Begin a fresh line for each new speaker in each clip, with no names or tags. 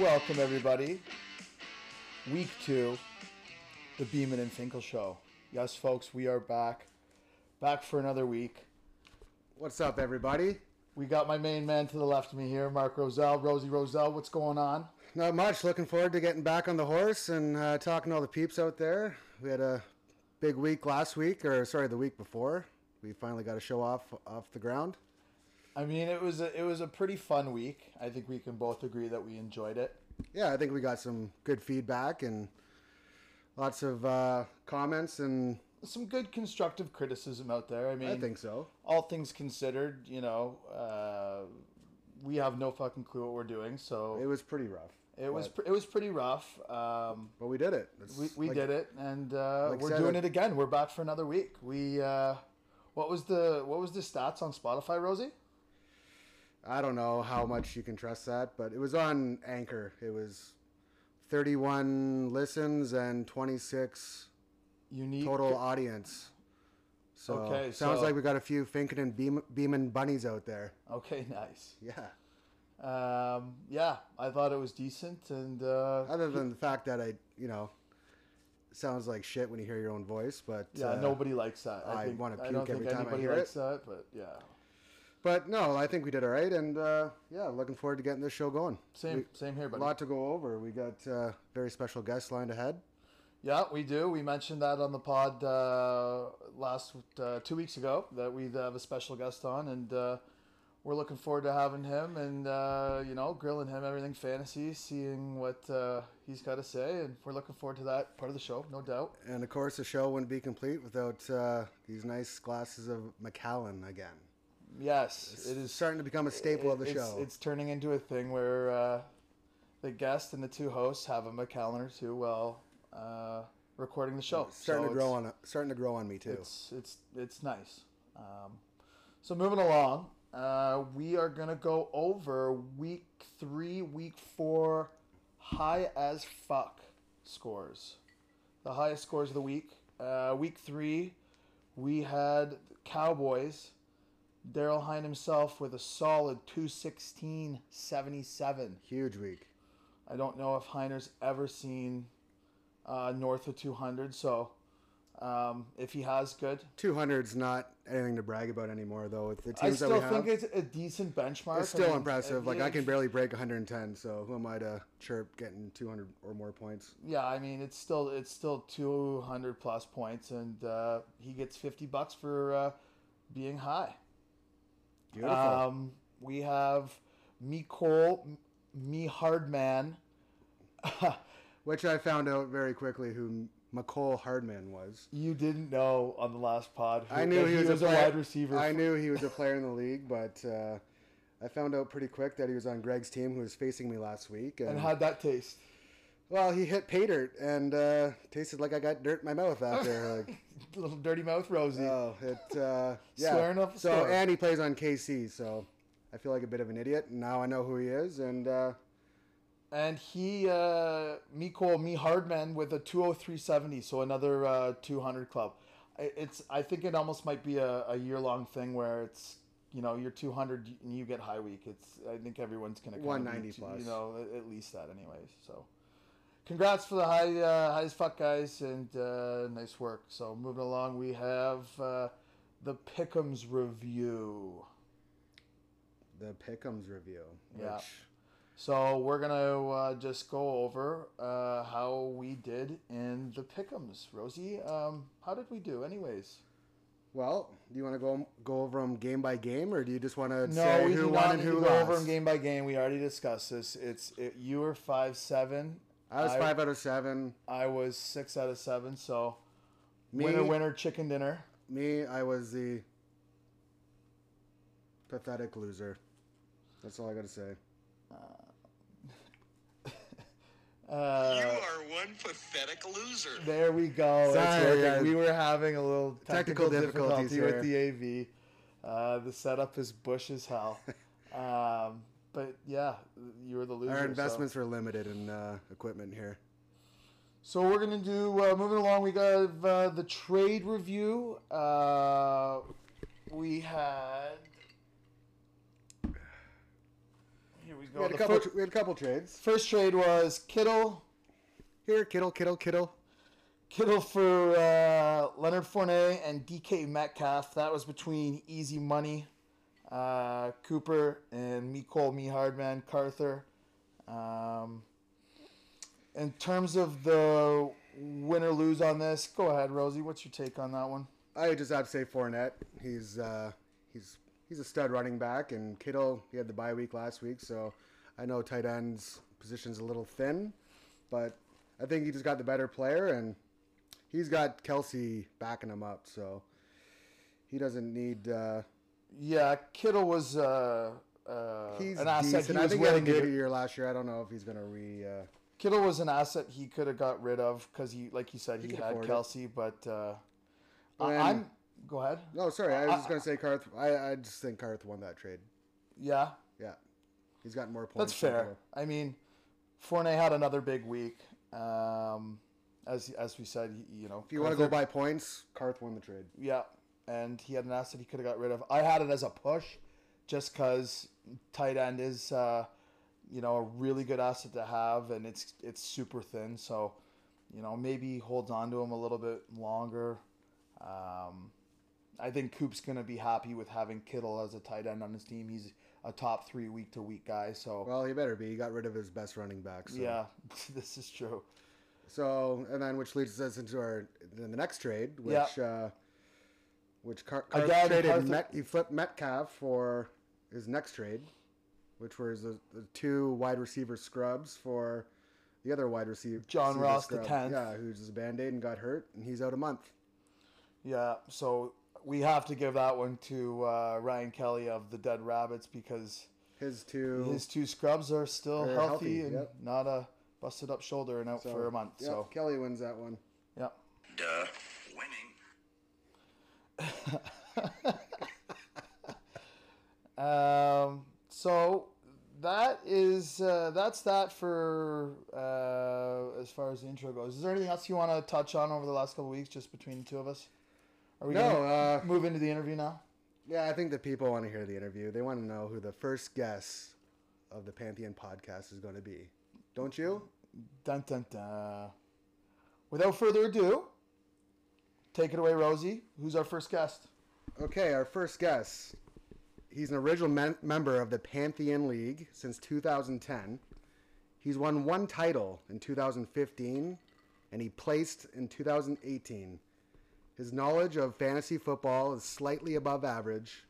welcome everybody. Week two, the Beeman and Finkel show. Yes, folks, we are back, back for another week.
What's up, everybody?
We got my main man to the left of me here, Mark Roselle, Rosie Roselle. What's going on?
Not much. Looking forward to getting back on the horse and uh, talking to all the peeps out there. We had a big week last week, or sorry, the week before. We finally got a show off off the ground.
I mean, it was a, it was a pretty fun week. I think we can both agree that we enjoyed it.
Yeah, I think we got some good feedback and lots of uh, comments, and
Some good constructive criticism out there. I mean,
I think so.
all things considered, you know, uh, we have no fucking clue what we're doing.
It
So
was pretty rough.
it, was
but,
pr- it was pretty rough. Um,
but we did it. It's
we, we
like-
did it, and uh,
like
we're
said,
doing
I-
it again. We're back for another week. We uh, what was the what was the stats on Spotify, Rosie?
I don't know how much you can trust that, but it was on Anchor. It was 31 listens and 26
Unique.
total audience. So
Okay,
sounds
so-
like we got a few Finken and Beam, Beeman bunnies out there.
Okay, nice.
Yeah.
Um, yeah, I thought it was decent, and uh,
Other than the fact that I, you know, sounds like shit when you hear your own voice, but
yeah,
uh,
nobody likes that. I,
I
think,
wanna
I don't
puke every
think
time I
anybody
hear
likes
it.
that, but yeah,
But no, I think we did all right, and uh, yeah, looking forward to getting this show going.
same
We-
same here,
a
buddy.
lot to go over. We got uh, very special guest lined ahead.
Yeah, we do. We mentioned that on the pod uh, last uh, two weeks ago that we'd have a special guest on, and uh, we're looking forward to having him and uh, you know grilling him everything fantasy, seeing what uh, he's got to say, and we're looking forward to that part of the show, no doubt.
And of course, the show wouldn't be complete without uh, these nice glasses of Macallan again.
Yes, it
It's
is
starting to become a staple of the
it's,
show.
It's turning into a thing where uh, the guest and the two hosts have him a calendar too while uh, recording the show.
starting
So
to grow on starting to grow on me too.
It's it's it's nice. Um, so moving along, uh, we are gonna go over week three, week four, high as fuck scores, the highest scores of the week. Uh, week three, we had Cowboys. Daryl Hine himself with a solid 216.77.
Huge week.
I don't know if Heiner's ever seen uh, north of 200, so um, if he has, good.
200's not anything to brag about anymore, though. With the
I
teams that
still
we have,
think it's a decent benchmark.
it's
I
still
mean,
impressive.
uh,
Like
yeah,
I can barely break 110, so who am I to chirp getting 200 or more points?
Yeah, I mean it's still it's still 200 plus points, and uh, he gets 50 bucks for uh, being high.
Beautiful.
Um, we have me Cole, m- me Hardman.
Which I found out very quickly who McCole Hardman was.
You didn't know on the last pod. who-
I knew
that
he was,
a,
player-
wide receiver.
I knew he was a player in the league, but uh, I found out pretty quick that he was on Greg's team, who was facing me last week. And,
and how'd that taste?
well, he hit pay dirt and uh, tasted like I got dirt in my mouth after. Like,
Little dirty mouth, Rosie.
oh, it uh, yeah.
Swearing up a
so
storm.
and he plays on KC, so I feel like a bit of an idiot. And now I know who he is, and uh,
And he, uh, Miko, me Hardman with a 203.70, so another uh, 200 club. I- It's, I think it almost might be a, a year long thing where it's, you know, you're 200 and you get high week. It's, I think everyone's going to
190 plus.
You know, at- at least that, anyways. So, congrats for the high, uh, high as fuck guys and uh, nice work. So, moving along, we have uh, the Pickums review.
the Pickums review. Which,
Yeah. So we're gonna uh, just go over uh, how we did in the pickums, Rosie. Um, how did we do, anyways?
Well, do you want to go go over them game by game, or do you just want to
No,
say
we
who
do
won
not
and
need
who
to go
lost?
over them game by game. We already discussed this. It's it, you were five seven.
I was five out of seven.
I was six out of seven. So
Me,
winner, winner, chicken dinner.
Me, I was the pathetic loser. That's all I gotta say.
You
Uh,
are one pathetic loser.
there we go. That's
Sorry,
working.
uh,
we were having a little technical,
technical
difficulty
difficulties
with the AV. Uh, the setup is bush as hell. um, but yeah, you were the loser.
Our
so-
investments were limited in uh, equipment here.
So we're gonna do uh, moving along. We got uh, the trade review. Uh, we had. Here we go.
We had, a
The
couple,
fir-
we had a couple trades.
first trade was Kittle,
Here, Kittle, Kittle, Kittle.
Kittle for uh, Leonard Fournette and DK Metcalf. That was between Easy Money, uh, Cooper, and Nicole Mehardman Carther. Um, in terms of the win or lose on this, go ahead, Rosie. What's your take on that one?
I just have to say Fournette. He's uh, he's he's a stud running back, and Kittle. He had the bye week last week, so I know tight ends position's a little thin, but I think he just got the better player, and he's got Kelsey backing him up, so he doesn't need. Uh,
Yeah, Kittle was uh, uh,
he's
an asset. He
decent. I
was
think he had a
willing to
good
get-
year last year. I don't know if he's gonna re. Uh,
Kittle was an asset he could have got rid of because he, like you said, he,
could
had
afford it.
Kelsey. But uh, I,
And-
I'm go ahead.
no, sorry, I was just gonna say Carth. I, I just think Carth won that trade.
Yeah,
Yeah, he's got more points.
that's
than
fair.
Kittle.
I mean, Fournette had another big week. Um, as as we said, y- you know,
If you want to go by points, Carth won the trade.
yeah, and he had an asset he could have got rid of. I had it as a push, just because tight end is, uh, you know, a really good asset to have, and it's it's super thin. So, you know, maybe holds on to him a little bit longer. Um, I think Coop's gonna be happy with having Kittle as a tight end on his team. He's a top three week to week guy. So
Well, he better be. He got rid of his best running back. So.
yeah, this is true.
So and then which leads us into our then the next trade, which uh, which Car- Car-
Again,
traded
Carth-
Met- he flipped Metcalf for his next trade, which was the, the two wide receiver scrubs for the other wide receiver
John
receiver
Ross, the 10th.
Yeah, who's just a band aid and got hurt, and he's out a month.
Yeah, so we have to give that one to uh, Ryan Kelly of the Dead Rabbits because
His two.
his two scrubs are still
They're
healthy,
healthy,
and
yep.
not a busted up shoulder and out
so,
for a month.
yeah,
So
Kelly wins that one.
yeah.
Duh. Winning.
Um, so that is uh, that's that for uh, as far as the intro goes. Is there anything else you want to touch on over the last couple weeks, just between the two of us? Are we
No,
gonna
uh,
move into the interview now?
Yeah, I think the people want to hear the interview. They want to know who the first guest of the Pantheon podcast is going to be. Don't you?
Dun dun dun. Without further ado, take it away, Rosie. Who's our first guest?
Okay, our first guest. He's an original mem- member of the Pantheon League since 2010. He's won one title in 2015, and he placed in 2018. His knowledge of fantasy football is slightly above average.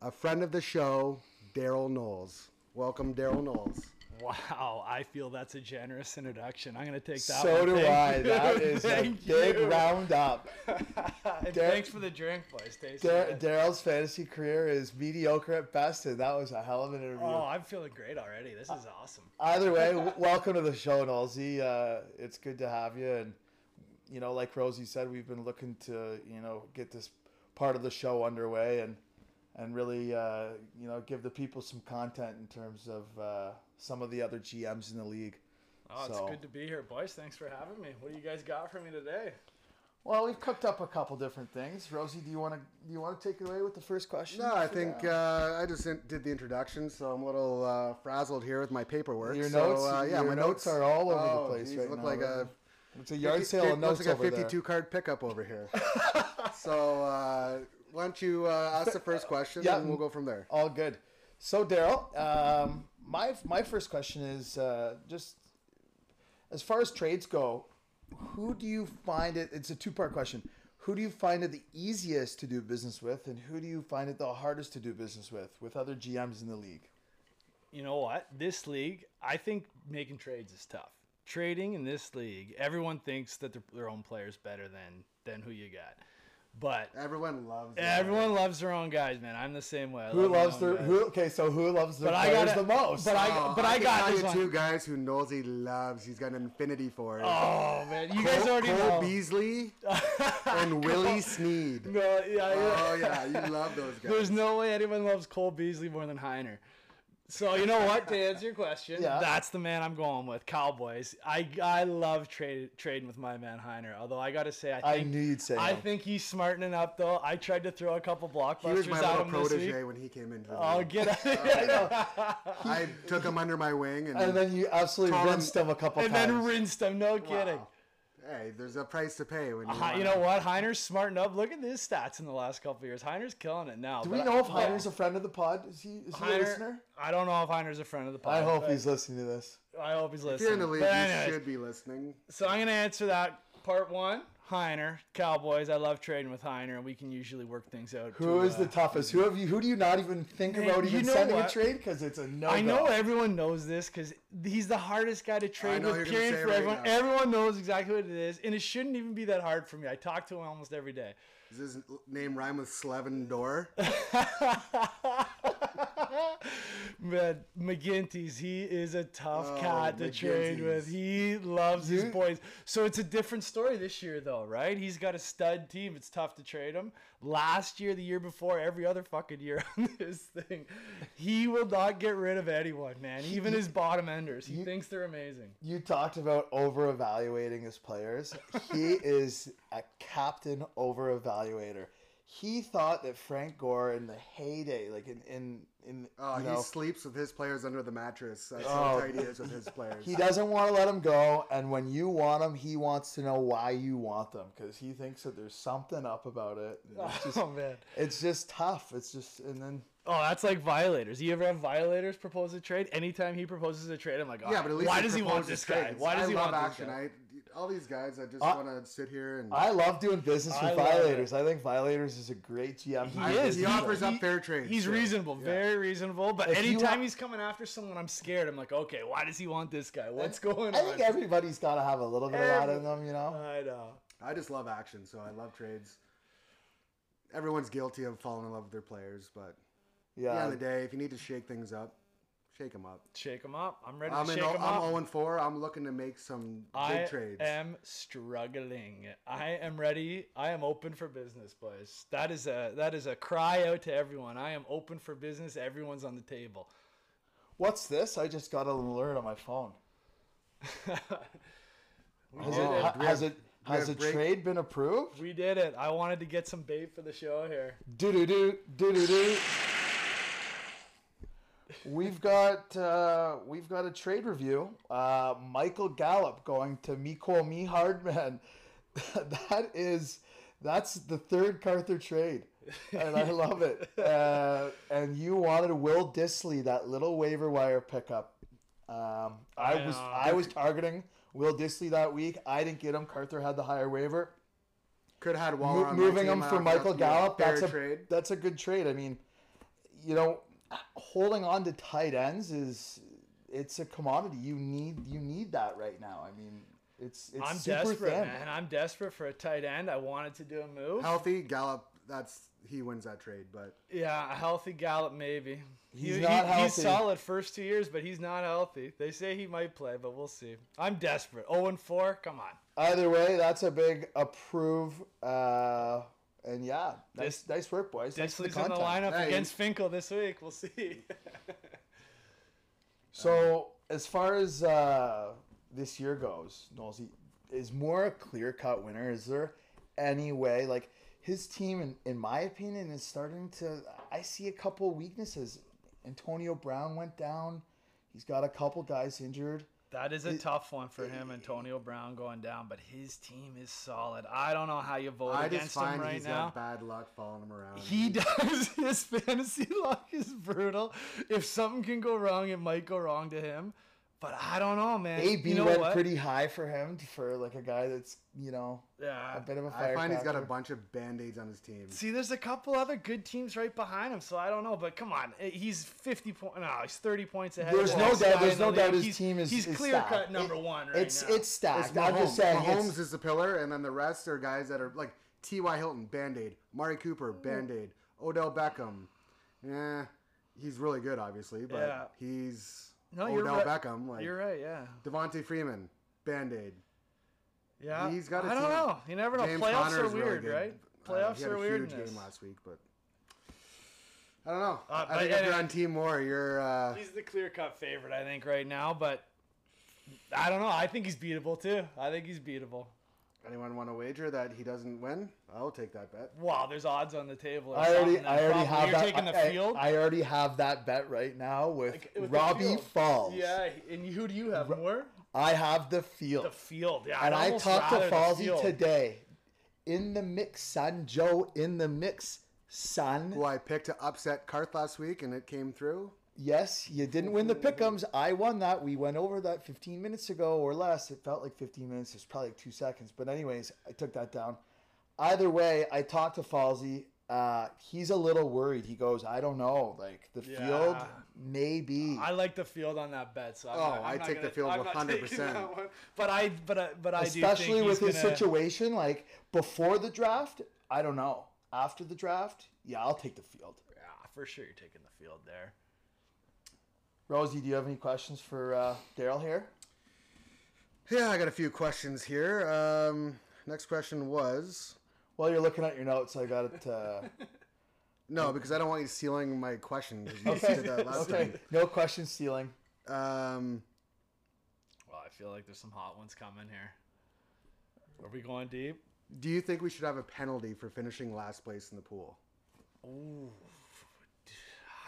A friend of the show, Daryl Knowles. Welcome, Daryl Knowles.
Wow, I feel that's a generous introduction. I'm gonna take that.
So
one.
do
Thank
I.
you.
That is a
Thank
big
you.
round up.
And
Dar-
thanks for the drink, boys. Tastes
Dar-
good.
Daryl's fantasy career is mediocre at best, and that was a hell of an interview.
oh, I'm feeling great already. This is awesome.
Either way, w- welcome to the show, Nolsey. Uh, it's good to have you. And, you know, like Rosie said, we've been looking to, you know, get this part of the show underway and and really, uh, you know, give the people some content in terms of uh, some of the other GMs in the league.
Oh, it's
So-
good to be here, boys. Thanks for having me. What do you guys got for me today?
Well, we've cooked up a couple different things. Rosie, do you want to do you want to take it away with the first question?
No, I think uh, I just in- did the introduction, so I'm a little uh, frazzled here with my paperwork.
Your
so,
notes,
uh, yeah,
your
my
notes, are all over
Oh,
the place
geez,
right
look
now.
like a
it's a yard
fifty-
sale of
it looks
notes
like a
over there.
52 card pickup over here. so uh, why don't you uh, ask the first question,
Yeah.
and we'll go from there.
All good. So Daryl, um, my my first question is uh, just as far as trades go, who do you find it? It's a two part question. Who do you find it the easiest to do business with, and who do you find it the hardest to do business with with other GMs in the league?
You know what? This league, I think making trades is tough. Trading in this league, everyone thinks that their, their own player's better than than who you got, but
Everyone loves that.
everyone loves their own guys, man. I'm the same way. I
Who
love my
loves
own
their
guys.
who? Okay, so who loves their
But I
players
gotta-
the most?
but I-
Oh,
but
I,
I
can
got
tell
this
you
one.
two guys who knows he loves. He's got an infinity for it.
Oh man, you guys
Cole,
already
Cole
know.
Beasley and Willie Sneed.
No, yeah, yeah.
Oh,
Oh yeah, you love those guys.
There's no way anyone loves Cole Beasley more than Heiner. So you know what? To answer your question,
Yeah.
that's the man I'm going with. Cowboys. I I love trade, trading with my man Heiner. Although I got to say, I
I
think,
knew you'd say
I
him.
think he's smartening up though. I tried to throw a couple
He
blockbusters
was my
at
little
him this
protege
week.
when he came into the
Oh,
league.
get out!
I took him under my wing, and,
And then you absolutely
Colin-
rinsed him a couple
and
times.
then rinsed him. No kidding.
hey, there's a price to pay when you.
Hi- Uh-huh, You
wanna-
know what? Heiner's smarting up. Look at his stats in the last couple of years. Heiner's killing it now.
Do we know if Heiner's a friend of the pod? Is he, is he a listener?
I don't know if Heiner's a friend of the pod.
I hope
but
he's listening to this.
I hope he's
If you're
listening.
in the league,
But
you
anyways,
should be listening.
So I'm gonna answer that part one. Heiner, Cowboys. I love trading with Heiner, and we can usually work things out.
Who
to,
is the
uh,
toughest? Who have you? Who do you not even think
Man,
about
you
even
know
sending
what?
a trade? Because it's a no.
I know everyone knows this because he's the hardest guy to trade
know
with.
you're gonna
Period
say it
for
right
everyone.
now.
Everyone knows exactly what it is, and it shouldn't even be that hard for me. I talk to him almost every day.
Does his name rhyme with Slevin Door?
Man, McGinty's, he is a tough
Oh,
cat to trade with.
McGinty's.
He loves
You-
his boys. So it's a different story this year, though, right? He's got a stud team. It's tough to trade him. Last year, the year before, every other fucking year on this thing, he will not get rid of anyone, man. Even his bottom enders. He thinks they're amazing.
You talked about over evaluating his players. He is a captain over evaluator. He thought that Frank Gore in the heyday, like in in in,
Oh,
you
he
know,
sleeps with his players under the mattress. That's
Oh.
how tight he is with his players.
he doesn't want to let him go. And when you want him, he wants to know why you want them because he thinks that there's something up about it. And It's just,
Oh, man.
it's just tough. It's just and then
Oh, that's like violators. You ever have violators propose a trade? Anytime he proposes a trade, I'm like,
yeah, but at least
why does he want
proposes
this guy?
trades.
Why does
I
he
love
want
action.
this guy? Uh,
I, all these guys, I just
I-
want to sit here and.
I love doing business
I
with
love
violators. I think violators is a great GM.
He
for
I-
is.
he
business.
offers up fair trades,
He's
so,
reasonable,
yeah.
very reasonable. But
If you
anytime
want-
he's coming after someone, I'm scared. I'm like, okay, why does he want this guy? What's going
I
on? uh,
think everybody's got to have a little bit of that in
Every-
them, you know.
I know.
I just love action, so I love trades. Everyone's guilty of falling in love with their players, but at the
Yeah,
end of the day, if you need to shake things up, shake them up.
Shake him up. I'm ready to
I'm, in,
shake
I'm
him up.
0 and 4. I'm looking to make some
I
big trades.
am struggling. I am ready. I am open for business, boys. That is a that is a cry out to everyone. I am open for business. Everyone's on the table.
What's this? I just got an alert on my phone. Has
Oh,
it, ha-
do we
has
have-
it
we
has a
have break?
trade been approved?
we did it. I wanted to get some bait for the show here.
Do do do do do do. We've got uh, we've got a trade review. Uh, Michael Gallup going to Miko Me Hardman. that is that's the third Carther trade, and I love it. Uh, and you wanted Will Disley, that little waiver wire pickup. Um, I was
know.
I was targeting Will Disley that week. I didn't get him. Carther had the higher waiver.
Could have had Waller
Mo-
on my
moving
team,
him
I
for
don't know if
Michael
it'd be a
Gallup,
fair
that's a
trade.
that's a good trade. I mean, you know, holding on to tight ends is it's a commodity. You need you need that right now. I mean, it's it's
I'm
super
desperate,
thin.
man. I'm desperate for a tight end. I wanted to do a move.
Healthy Gallup, that's he wins that trade, but
Yeah, a healthy Gallup maybe.
He's not
He's
healthy.
solid first two years, but he's not healthy. They say he might play, but we'll see. I'm desperate. 0 and 4. Come on.
Either way, that's a big approve. Uh, and yeah, nice
Dis-
nice work, boys. Thanks for the
Disley's in the
content.
lineup
Hey.
against Finkel this week. We'll see.
So as far as uh, this year goes, Knowlesy, is more a clear cut winner? Is there any way like his team, in, in my opinion, is starting to? I see a couple weaknesses. Antonio Brown went down. He's got a couple guys injured.
that is a tough one for him, Antonio Brown going down, but his team is solid. I don't know how you vote
I just
against him
find
right
he's
now.
got bad luck following him around.
He does. His fantasy luck is brutal. If something can go wrong, it might go wrong to him. But I don't know, man.
AB
you know
went
what?
pretty high for him for like a guy that's you know
Yeah.
a bit of a
I
firecracker.
find he's got a bunch of band-aids on his team.
See, there's a couple other good teams right behind him, so I don't know. But come on, eh, he's 50 points. No, he's 30 points ahead.
There's
of
no
the next
doubt-
guy
there's
in the
no doubt
league.
his
he's,
team is-
he's
is
clear
stacked.
cut number
It-
one right
It's
now.
it's stacked.
It's
I'm just
Mahomes.
saying.
Mahomes
it's-
is the pillar, and then the rest are guys that are like T.Y. Hilton, Band Aid, Mari Cooper, Band Aid, Odell Beckham. Yeah, he's really good, obviously, but
Yeah.
he's
No, you're
Odell
right.
Beckham. Like
You're right. Yeah.
Devontae Freeman, Band Aid.
Yeah.
He's got a
I don't
team.
know. You never know.
James
Playoffs
Conner
are
is really
Uh,
weird,
good. uh,
right?
I don't know,
Playoffs
he had
are
a
weird.
Huge
in this.
game last week, but I don't know.
Uh,
I think
but-
if you're on Team Moore, you're. Uh,
He's the clear cut favorite, I think, right now. But I don't know. I think he's beatable too. I think he's beatable.
anyone want to wager that he doesn't win? I'll take that bet.
Wow, there's odds on the table. or
I already,
something,
I
and
already
probably
have
you're
that.
taking the
I,
field.
I already have that bet right now with,
Like, with the
Robbie
field.
Falls.
yeah, and who do you have more?
I have the field,
The field. Yeah,
and
I'd
I
almost
talked to
rather the
Falsey
field.
today. In the mix, son. Joe in the mix, son.
Who I picked to upset Karth last week, and it came through.
Yes, you didn't win the pickums. I won that. We went over that 15 minutes ago or less. It felt like 15 minutes. It's probably like two seconds. But anyways, I took that down. Either way, I talked to Falsey. Uh, he's a little worried. He goes, I don't know. Like the field,
Yeah.
maybe.
I like the field on that bet. So I'm
Oh,
not, I'm
I
not
take the
gonna-
field
I'm not taking
100%.
that one. But I, but I, but I do
Especially
think
with
he's
his
gonna-
situation, like before the draft, I don't know. After the draft, yeah, I'll take the field.
Yeah, for sure, you're taking the field there.
Rosie, do you have any questions for uh, Daryl here?
Yeah, I got a few questions here. Um, next question was
Well, you're looking at your notes. I got it. Uh,
no, because I don't want you stealing my question. 'cause You
okay.
did that last
okay. No question stealing.
time. Um,
Well, I feel like there's some hot ones coming here. Are we going deep?
do you think we should have a penalty for finishing last place in the pool?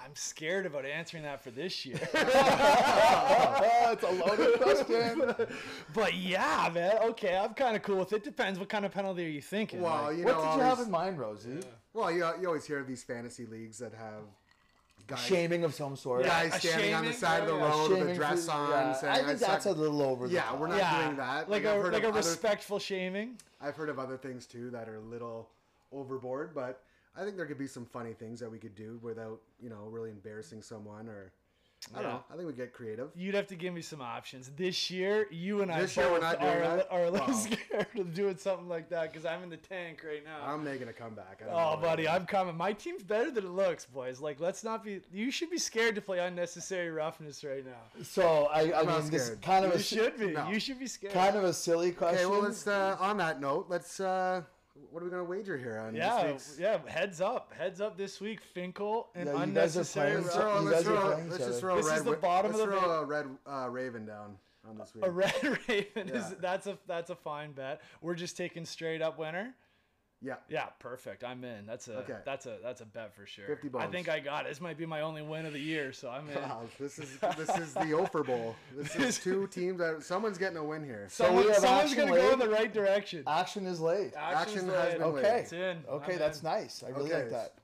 I'm scared about answering that for this year.
Oh, it's a loaded question.
but yeah, man. Okay, I'm kind of cool with it. Depends what kind of penalty are you thinking.
Well,
like-
you know,
what did
all
you have
these-
in mind, Rosie?
well, you, you always hear of these fantasy leagues that have guys
Shaming of some sort.
Yeah,
guys
a
standing on the
shaming,
side of the
yeah, yeah.
road
Shaming
with a dress
for-
on.
yeah,
Saying,
I think that's
suck."
a little over the
Yeah,
top.
we're not-
yeah,
doing that.
like,
Like, I've
a
heard
like a
of other-
respectful shaming.
I've heard of other things too that are a little overboard, but I think there could be some funny things that we could do without you know really embarrassing someone or I don't
Yeah.
know. I think we get creative.
You'd have to give me some options. This year, you and
This
I
year we're not
both
doing
are, a li-
that?
are a
Oh.
little
Wow.
scared of doing something like that because I'm in the tank right now.
I'm making a comeback. I don't
Oh,
know.
buddy, I'm coming. My team's better than it looks, boys. Like, let's not be. You should be scared to play unnecessary roughness right now.
So I, I
not
mean, this is
scared.
kind of
You
a
should be.
no.
You should be scared.
kind of a silly question.
Okay, well, let's. Uh, on that note, let's. Uh, what are we gonna wager here on
yeah,
this week's?
yeah. Heads up, heads up. This week, Finkel and
Yeah, you guys are
unnecessary
playing
Let's
so-
rough-
throw,
You
let's
guys are
throw,
playing
let's
each
just
other.
throw,
This
a red,
is the
wi-
bottom
let's
of the
throw
ra-
a red uh, raven down on this week.
A red raven is
Yeah.
that's a that's a fine bet. We're just taking straight up winner.
yeah,
Yeah, perfect. I'm in. That's a
Okay.
that's a that's a bet for sure.
50
I
bones.
think I got it. This might be my only win of the year, so I'm in.
Ah.
Wow, this is this is the Ofer Bowl. This is two teams that someone's getting a win here.
we
Someone,
have
someone's
action
gonna
laid?
go in the right direction.
Action is laid.
Action's
action has
laid.
been laid.
Okay.
It's in.
Okay,
I'm
that's
in.
nice. I really
Okay.
like that.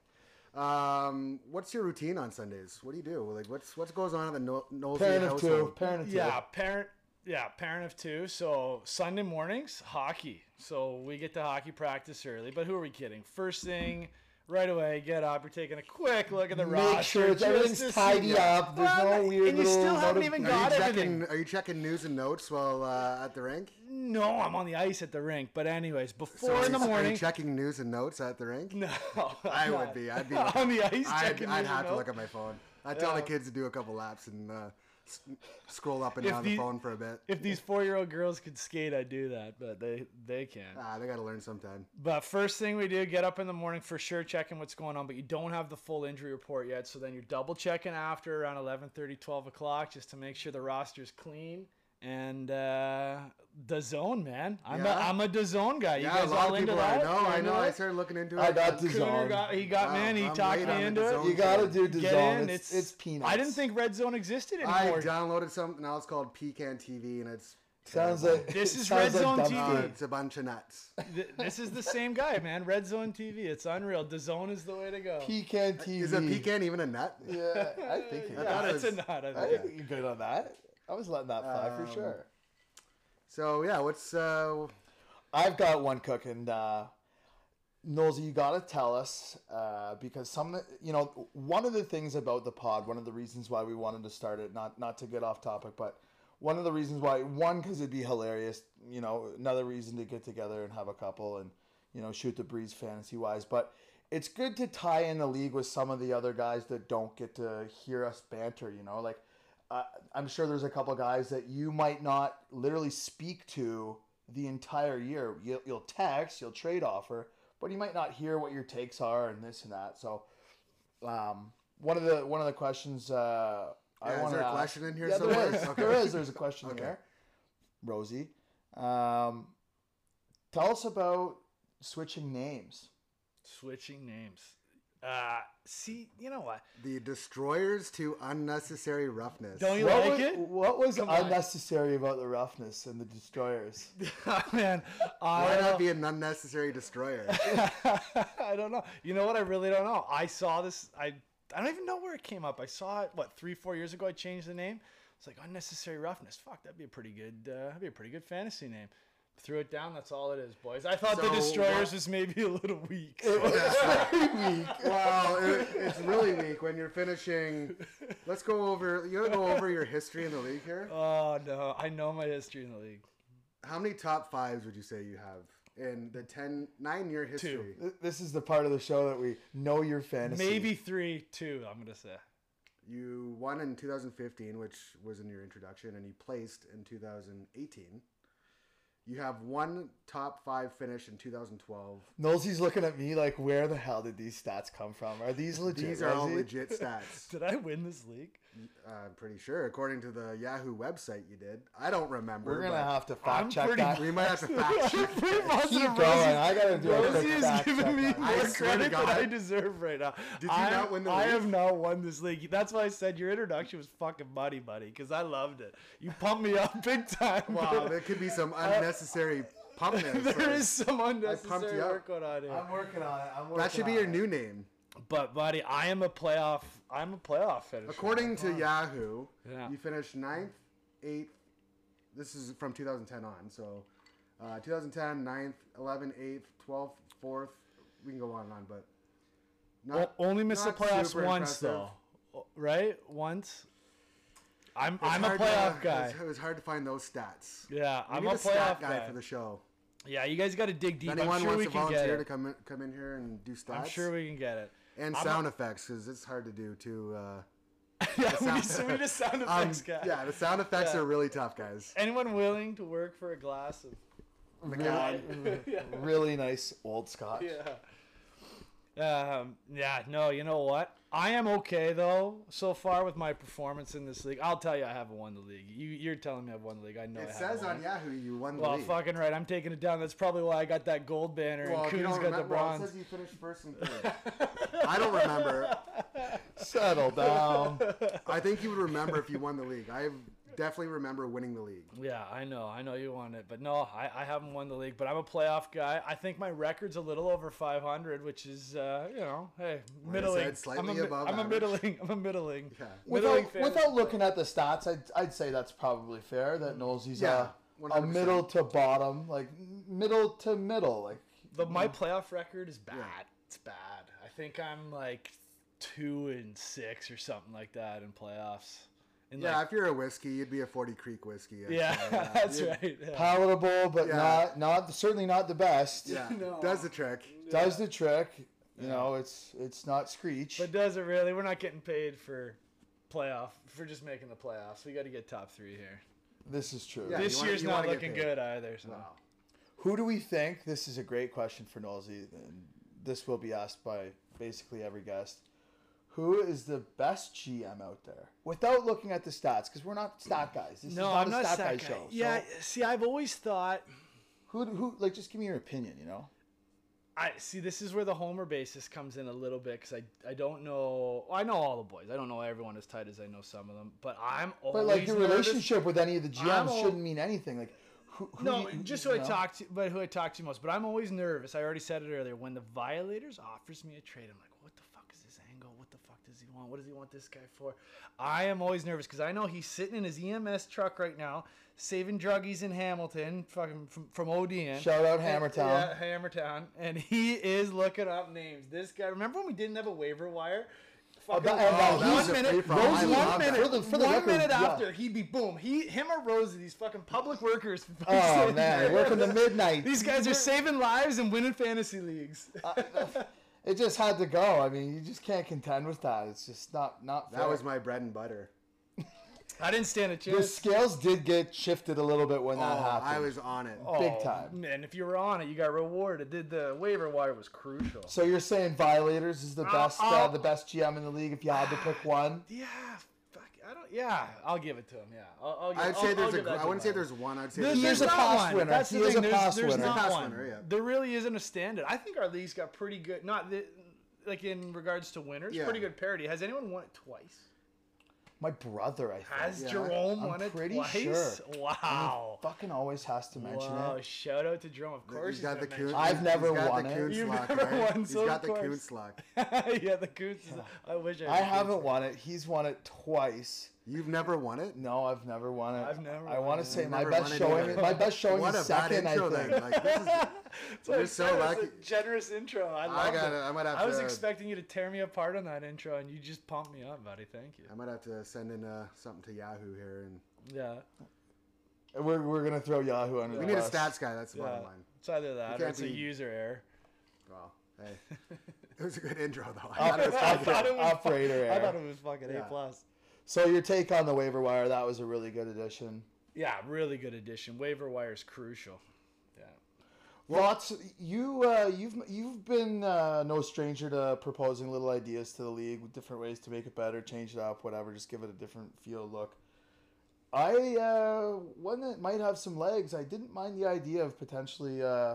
Um, what's your routine on Sundays? What do you do? Like, what's what goes on at the no- Knowles
Parent of
household?
two. Parent of two.
Yeah, parent. Yeah, parent of two. So Sunday mornings, hockey. So we get to hockey practice early. But who are we kidding? First thing, right away, get up. You're taking a quick look at the
Make
roster.
sure it's,
just to
everything's
see-
tidy up. There's
Well,
no weird
And you
little
still haven't
notif-
even
Are you
got everything.
checking? Are you checking news and notes while uh, at the rink?
No, I'm on the ice at the rink. But anyways,
So
before
are
in the
you- Are
morning.
you checking news and notes at the rink?
no,
I
I'm
would
not.
be. I'd be
on the ice
I'd,
checking.
I'd
these
have to
remote-
look at my phone. I would tell the
Yeah.
kids to do a couple laps and uh, s- scroll up and
If
down
the-
the phone for a bit.
If these four-year-old girls could skate, I'd do that, but they they can't.
Ah, they got to learn sometime.
But first thing we do, get up in the morning for sure, checking what's going on. But you don't have the full injury report yet, so then you're double checking after around 11:30, 12 o'clock, just to make sure the roster's clean. And uh, the zone, man, I'm
Yeah.
a, I'm a DAZN guy. You
yeah, a
guys
lot
all
of
into
people.
that?
I know. I
You
know. I
that?
started looking into it.
I got the
Cooner
zone.
got he got
Wow,
man. He
I'm
talked
late on
me
the
into it.
DAZN.
You gotta do the
Get
zone.
in.
It's, it's peanuts.
I didn't think red zone existed
I
anymore.
downloaded something else called Pecan TV, and it's
sounds
terrible.
like
This is
sounds
Red
like
Zone
dumb
TV.
Uh,
shit.
it's a bunch of nuts.
Th- this is the same guy, man. Red zone TV. It's unreal. The zone is the way to go.
Pecan TV.
Is a pecan even a nut?
Yeah, I think it
thought
yeah,
it
it's
was-
a nod. I
I
think.
think you're good on that. I was letting that fly for
Um,
sure.
So yeah, what's uh,
I've got one cooking. Uh, Nosey, you gotta tell us uh, because some, you know, one of the things about the pod, one of the reasons why we wanted to start it, not not to get off topic, but one of the reasons why, one, because it'd be hilarious, you know, another reason to get together and have a couple and, you know, shoot the breeze fantasy wise, but it's good to tie in the league with some of the other guys that don't get to hear us banter, you know, like uh, I'm sure there's a couple guys that you might not literally speak to the entire year. You'll, you'll text, you'll trade offer, but you might not hear what your takes are and this and that. So, um, one of the one of the questions uh,
Yeah,
I
is
wanted
there a
to ask-
question in here
Yeah,
somewhere?
there is.
Okay.
There is. There's a question
Okay.
here. Rosie, um, tell us about switching names.
Switching names. Uh, see, you know what?
The destroyers to unnecessary roughness.
Don't Oh, you
what
like
was,
it?
What was
on.
unnecessary about the roughness and the destroyers?
Oh, man, I
Why
don't,
not be an unnecessary destroyer?
I don't know. You know what? I really don't know. I saw this. I I don't even know where it came up. I saw it what three four years ago. I changed the name. It's like unnecessary roughness. Fuck, that'd be a pretty good. Uh, that'd be a pretty good fantasy name. Threw it down. That's all it is, boys. I thought
So
the destroyers
what-
was maybe a little weak.
well, it, it's really weak when you're finishing. Let's go over. You want to go over your history in the league here?
oh no, I know my history in the league.
How many top fives would you say you have in the 10, nine year history?
Th- This is the part of the show that we know your fantasy.
Maybe three, two. I'm gonna say.
You won in 2015, which was in your introduction, and you placed in 2018. You have one top five finish in 2012.
Nolsey's looking at me like, where the hell did these stats come from? Are these legit?
These are all
Rosie?
legit stats.
Did I win this league?
I'm pretty sure, according to the Yahoo website, you did. I don't remember.
We're gonna
but
have to fact
I'm
check
pretty-
that.
We might have to fact check.
Keep going. I gotta do a
Rosie
quick
is
fact
giving
check
me
on
more
that.
I swear to
credit than
God.
I deserve right now. Did
you
I,
not win the
I
league?
have not won this league. That's why I said your introduction was fucking money, buddy, because I loved it. You pumped me up big time.
Wow,
dude.
there could be some unnecessary pumpness.
there is some
pumped
unnecessary
you up.
work going on here.
I'm working on it. I'm working
That should be
on
your
it.
new name.
But buddy, I am a playoff. I'm a playoff finisher.
According to Yahoo,
Yeah.
you finished ninth, eighth. This is from 2010 on. So uh, 2010, 9th, 11th, 8th, 12th, 4th. We can go on and on, but.
O- only missed the
not
playoffs
super impressive.
once though, O- right? Once. I'm
It's
I'm a
hard to-
playoff guy.
it's- It was hard to find those stats.
Yeah,
We
I'm
need
a
stat
playoff guy.
for the show.
Yeah, you guys got to dig deep.
If
I'm
anyone
sure
wants
we
to
can get
volunteer to
it.
come in, come in here and do stats
I'm sure we can get it.
and
I'm a-
sound effects because it's hard to do too. Uh,
yeah, we
sound-
just, we just
um,
sound effects guy.
yeah, the sound effects
Yeah.
are really tough, guys.
Anyone willing to work for a glass of?
really, really nice old scotch.
Yeah. Um, yeah. No. You know what? I am okay though so far with my performance in this league. I'll tell you, I haven't won the league. You, you're telling me I've won the league. I know. I
It
haven't
says on
won.
Yahoo you won the
Well,
league.
fucking right. I'm taking it down. That's probably why I got that gold banner
Well,
and
if you
Coon's
don't
got the
remember, well, it
bronze.
says you finished first and third. I don't remember.
Settle down.
I think you would remember if you won the league. I definitely remember winning the league.
Yeah, I know, I know you want it, but no, I, I haven't won the league, but I'm a playoff guy. I think my record's a little over 500, which is, uh, you know, hey, middling.
said, slightly
I'm a, mi-
above
I'm a
average.
middling. I'm a middling.
Yeah.
middling
Without,
fan.
without looking at the stats, I'd, I'd say that's probably fair that Nolsey's
Yeah,
a, a
100%.
middle to bottom, like middle to middle. Like
the, my playoff record is bad. It's bad. I think I'm like two and six or something like that in playoffs. In
Yeah,
like-
if you're a whiskey, you'd be a Forty Creek whiskey. I'd
yeah,
say.
that's
You'd-
right. yeah.
palatable, but
Yeah.
not not certainly not the best.
Yeah,
No.
does the trick.
Does the trick. You know, it's it's not Screech.
But does it really? We're not getting paid for playoff for just making the playoffs. We got to get top three here.
this is true.
Yeah. you
This
wanna-
year's
you
not
wanna get
looking
paid.
good either. So.
Who do we think? This is a great question for Nolsey. and This will be asked by basically every guest. Who is the best GM out there? Without looking at the stats, because we're not stat guys. This
No,
is not
I'm
a
not
stat
that
guy,
guy.
show. so
Yeah, see, I've always thought.
who who like just give me your opinion, you know?
I see. This is where the Homer basis comes in a little bit because I I don't know. I know all the boys. I don't know everyone as tight as I know some of them. But I'm always
But like your
nervous-
relationship with any of the
I'm
GMs
all-
shouldn't mean anything. Like who, who
No,
do you-
just who
you
I
know?
talk to, but who I talk to most. But I'm always nervous. I already said it earlier. When the Violators offers me a trade, I'm like, what the fuck is this angle? What the fuck does he want? What does he want this guy for? I am always nervous because I know he's sitting in his EMS truck right now, saving druggies in Hamilton, fucking from, from ODN.
Shout out
And-
Hammertown.
Yeah, Hammertown. And he is looking up names. This guy. Remember when we didn't have a waiver wire? Fucking- oh,
that- and that
was a
one minute,
free for all. I
Rosie, one
love that.
minute,
For the- for the
one
record,
minute
yeah.
after, he'd be boom. He, him or Rosie, these fucking public workers.
Oh man, working to midnight.
These guys are saving lives and winning fantasy leagues.
It just had to go. I mean, you just can't contend with that. It's just not not fair.
That was my bread and butter.
I didn't stand a
The
chance.
scales did get shifted a little bit when
Oh,
that happened.
I was on it.
big
Oh,
time.
And if you were on it, you got rewarded. Did the waiver wire was crucial.
So you're saying violators is the best uh,
oh.
the best GM in the league if you had to pick one?
Yeah, fuck. I don't. Yeah, I'll give it to him. Yeah, I'll. I'll give,
I'd
I'll-
say
I'll
there's
give
a.
that
I
to
wouldn't say
Violators.
there's one. I'd say
There-
there's
There's
there's
a
not
pass
one.
winner.
That's the
He is
thing.
a
there's,
pass
there's
winner.
not
Pass
one.
winner, yeah.
There really isn't a standard. I think our league's got pretty good. Not the, like in regards to winners,
Yeah.
pretty good parity. Has anyone won it twice?
My brother, I think.
Has
Yeah.
Jerome
I'm
won it
pretty
twice?
sure.
Wow.
Fucking always has to mention
Wow.
it.
Shout out to Jerome. Of course,
He's got the
gonna
Coons.
I've
he's
never
got
won
the
it.
Coons
You've
luck,
never
right?
won,
He's
so
got
of
the
course.
Coons luck.
mention- yeah, the Coons. is- I wish I.
I
had the
haven't won it. He's won it twice.
You've never won it.
No, I've never won it.
I've never
I
won
want
it.
to say
You've
my
never
best
won it
showing.
either.
My best showing
What
is
a
second.
bad intro
I think.
then. Like, this is,
That's what
You're
I
so
said, it was
lucky.
a generous intro. I love
I got
it.
to I might have
I was
to.
expecting you to tear me apart on that intro, and you just pumped me up, buddy. Thank you.
I might have to send in uh, something to Yahoo here, and
Yeah.
We're, we're gonna throw Yahoo under
we
the
need a
bus.
stats guy. That's the
yeah.
bottom line.
It's either that or
can't
it's a
be-
user error.
Well, hey, it was a good intro though. I thought it was
Operator,
I thought it was
operator
I
error.
thought it was fucking A
Yeah.
plus.
So your take on the waiver wire? That was a really good addition.
Yeah, really good addition. Waiver wire is crucial. Yeah.
Lots. You uh, you've you've been uh, no stranger to proposing little ideas to the league, with different ways to make it better, change it up, whatever. Just give it a different feel, look. I uh, one that might have some legs. I didn't mind the idea of potentially uh,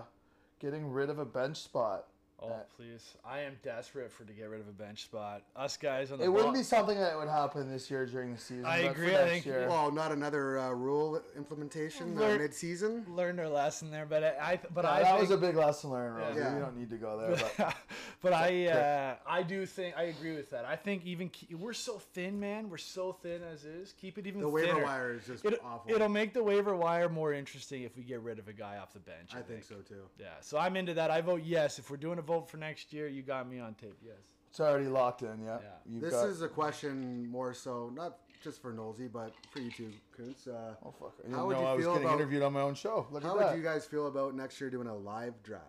getting rid of a bench spot.
Oh
Uh,
please, I am desperate for to get rid of a bench spot. Us guys on the
It wouldn't
bo-
be something that would happen this year during the season.
I
but
agree,
For
I
next
think-
year,
Well, not another uh, rule implementation uh,
We're-
mid-season.
learned our lesson there, but I, I but
No,
I
that
think,
was a big lesson learned, Rosie.
Yeah.
We don't need to go there. But
but I uh, I do think I agree with that. I think even ke- we're so thin, man. We're so thin as is. Keep it even
The waiver
thinner.
wire is just
It,
awful.
it'll make the waiver wire more interesting if we get rid of a guy off the bench.
I think so too.
Yeah, so I'm into that. I vote yes. If we're doing a vote for next year, you got me on tape. Yes.
it's already locked in. Yeah.
Yeah.
You've
This
got-
is a question more so not just for Nolsey, but for you too, Kuntz. Uh,
Oh fuck! I didn't
How
know
would you
I was
feel
getting
about-
interviewed on my own show. Look
how
at that.
would you guys feel about next year doing a live draft?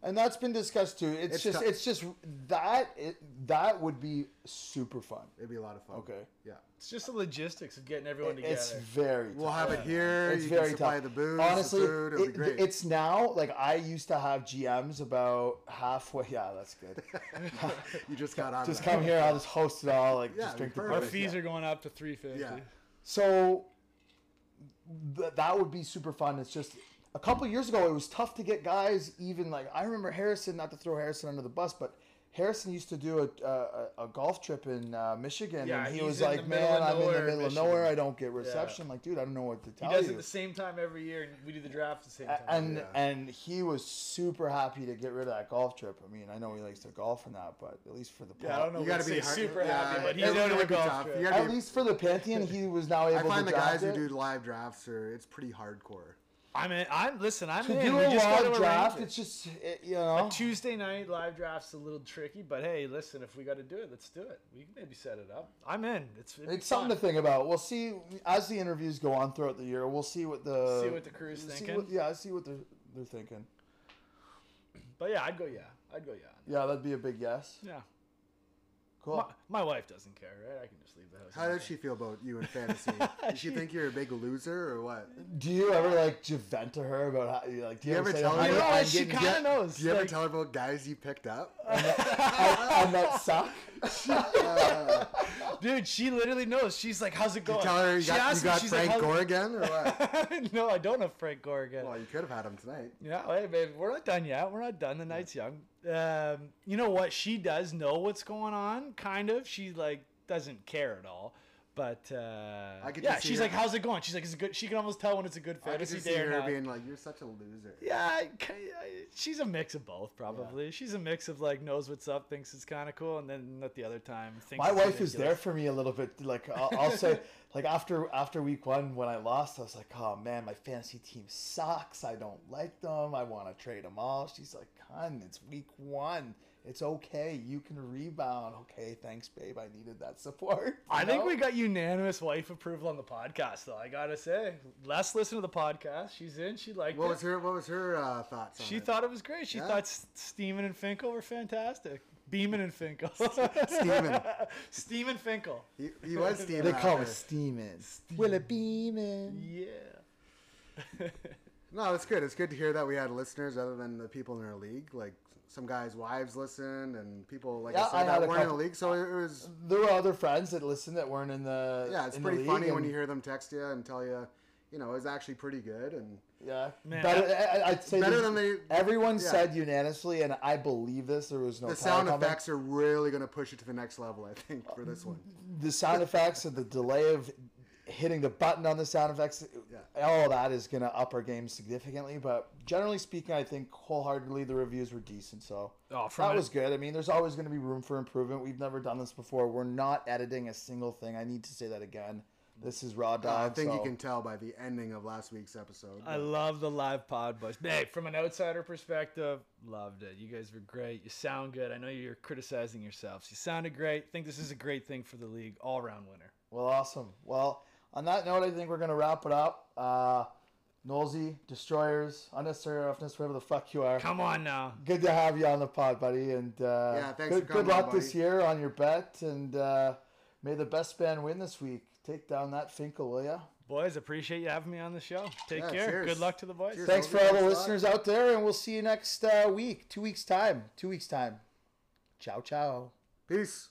And that's been discussed too. It's,
It's
just,
tou-
it's just that it, that would be super fun.
It'd be a lot of fun.
Okay.
Yeah.
It's just the logistics of getting everyone together.
It's very.
We'll
tough.
have it here.
It's
you
very
can supply
tough.
the booze,
Honestly,
the food. It'll
it-
be great.
it's now like I used to have GMs about halfway. Yeah, that's good.
you just got on.
just
that.
come here. I'll just host it all. Like
Yeah,
just drink the
perfect.
Our
beer.
fees are going up to 350.
Yeah.
So th- that would be super fun. It's just a couple years ago, it was tough to get guys. Even like I remember Harrison, not to throw Harrison under the bus, but Harrison used to do a a, a golf trip in uh, Michigan,
Yeah,
and he
he's
was
in
like,
the middle
"Man, I'm in
of
the
nowhere in
middle of
Michigan."
nowhere. I don't get reception." Like, dude, I don't know what to
He
tell
does it
you.
at the same time every year, and we do the draft at the same time.
A- And
yeah.
and he was super happy to get rid of that golf trip. I mean, I know he likes to golf and that, but at least for the
yeah, I don't know.
You
got
gotta
to be
be hard-
super
yeah,
happy, but he's
it's
out of
gonna
the
be
golf
tough.
trip.
You gotta
At
be-
least for the Pantheon, he was now able
I find
to
the
draft
guys who
it.
do live drafts are it's pretty hardcore.
I'm in. I'm listen. I'm
to
in.
do
we
a
just gotta
live
arrange
draft,
it.
it's oh. just it, you know.
Tuesday night live draft's a little tricky, but hey, listen, if we got to do it, let's do it. We can maybe set it up. I'm in. It's it'd be
It's something to
fun.
think about. We'll see as the interviews go on throughout the year. We'll see what the
See what the crew's
see
thinking.
what- yeah, see what they're they're thinking.
But yeah, I'd go. Yeah, I'd go. Yeah.
Yeah, that'd be a big yes.
Yeah.
Cool.
My, my wife doesn't care, right? I can just leave the house.
How does she feel about you in fantasy? Does she think you're a big loser or what?
do you ever like jivent to her about how you like? Do you,
You
ever
ever
say,
tell her-
"Honey,
You know,
I'm
she
getting-
kinda
yeah,
knows.
Do you ever
like,
tell her about guys you picked up?
I, I met Suck.
dude, she literally knows. She's like, "How's it going?"
Uh, You tell her you
she
got, you
asked me,
got
she's
Frank
like,
Gore again or what?
Gore. no, I don't have Frank Gore again.
well, you could have had him tonight.
Yeah, hey, babe, we're not done yet. We're not done. The night's young. Um, you know what? She does know what's going on, kind of. She like doesn't care at all. But uh,
I could
yeah,
just see
she's
her-
like, "How's it going?" She's like, "It's good." She can almost tell when it's a
I
good
could
fantasy
just
day
see
or
her
not.
being like, "You're such a loser."
Yeah, I ki- I- she's a mix of both, probably. She's a mix of like knows what's up, thinks it's kind of cool, and then at the other time, thinks
My
it's
wife is there
ridiculous.
for me a little bit. Like I'll, I'll say, like after after week one when I lost, I was like, oh man, my fantasy team sucks. I don't like them. I want to trade them all. She's like, hun, it's week one. It's okay. You can rebound. Okay, thanks, babe. I needed that support.
I
you
think
know?
we got unanimous wife approval on the podcast, though. I gotta say, Les listened to the podcast. She's in. She liked
What
it.
was her What was her uh, thoughts? On
She
it?
thought it was great. She
Yeah.
thought S- Steeman and Finkel were fantastic. Beeman and Finkel.
Steven.
Steam and Finkel.
He, he was Steven.
They call
out
it
there.
steaming. Willa Beeman.
Yeah.
No, it's good. It's good to hear that we had listeners other than the people in our league. Like some guys' wives listened, and people like
Yeah,
I said
I had
that
a
weren't in
couple-
the league. So it was
There were other friends that listened that weren't in the.
yeah, it's
in the
pretty
league
funny when
and-
you hear them text you and tell you, you know, it was actually pretty good. And
Yeah,
Man.
better. I- I, I'd say
Better
the-
than they-
Everyone
yeah.
said unanimously, and I believe this. There was no
the
power
sound
comment.
effects are really going to push it to the next level, I think, for this one.
The sound effects and the delay of hitting the button on the sound effects, all that is going to up our game significantly. But generally speaking, I think wholeheartedly the reviews were decent. So
Oh, from
that
a-
was good. I mean, there's always going to be room for improvement. We've never done this before. We're not editing a single thing. I need to say that again. This is raw
Uh, I
dog.
think you
so-
can tell by the ending of last week's episode.
I love the live pod buzz. Hey, from an outsider perspective, loved it. You guys were great. You sound good. I know you're criticizing yourselves. You sounded great. Think this is a great thing for the league. All round winner.
Well, awesome. Well, on that note, I think we're gonna wrap it up. Uh, Nolsey, destroyers, unnecessary roughness, whatever the fuck you are.
Come on now.
Good to have you on the pod, buddy. And uh,
Yeah, thanks
good,
for
good
coming on,
luck this
buddy.
year on your bet, and uh, may the best man win this week. Take down that Finkel, will ya?
Boys, appreciate you having me on the show. Take
Yeah,
care.
cheers.
Good luck to the boys.
Cheers.
Thanks for all the
Nolsey,
listeners out there, and we'll see you next uh, week. Two weeks time. Two weeks time. Ciao, ciao.
Peace.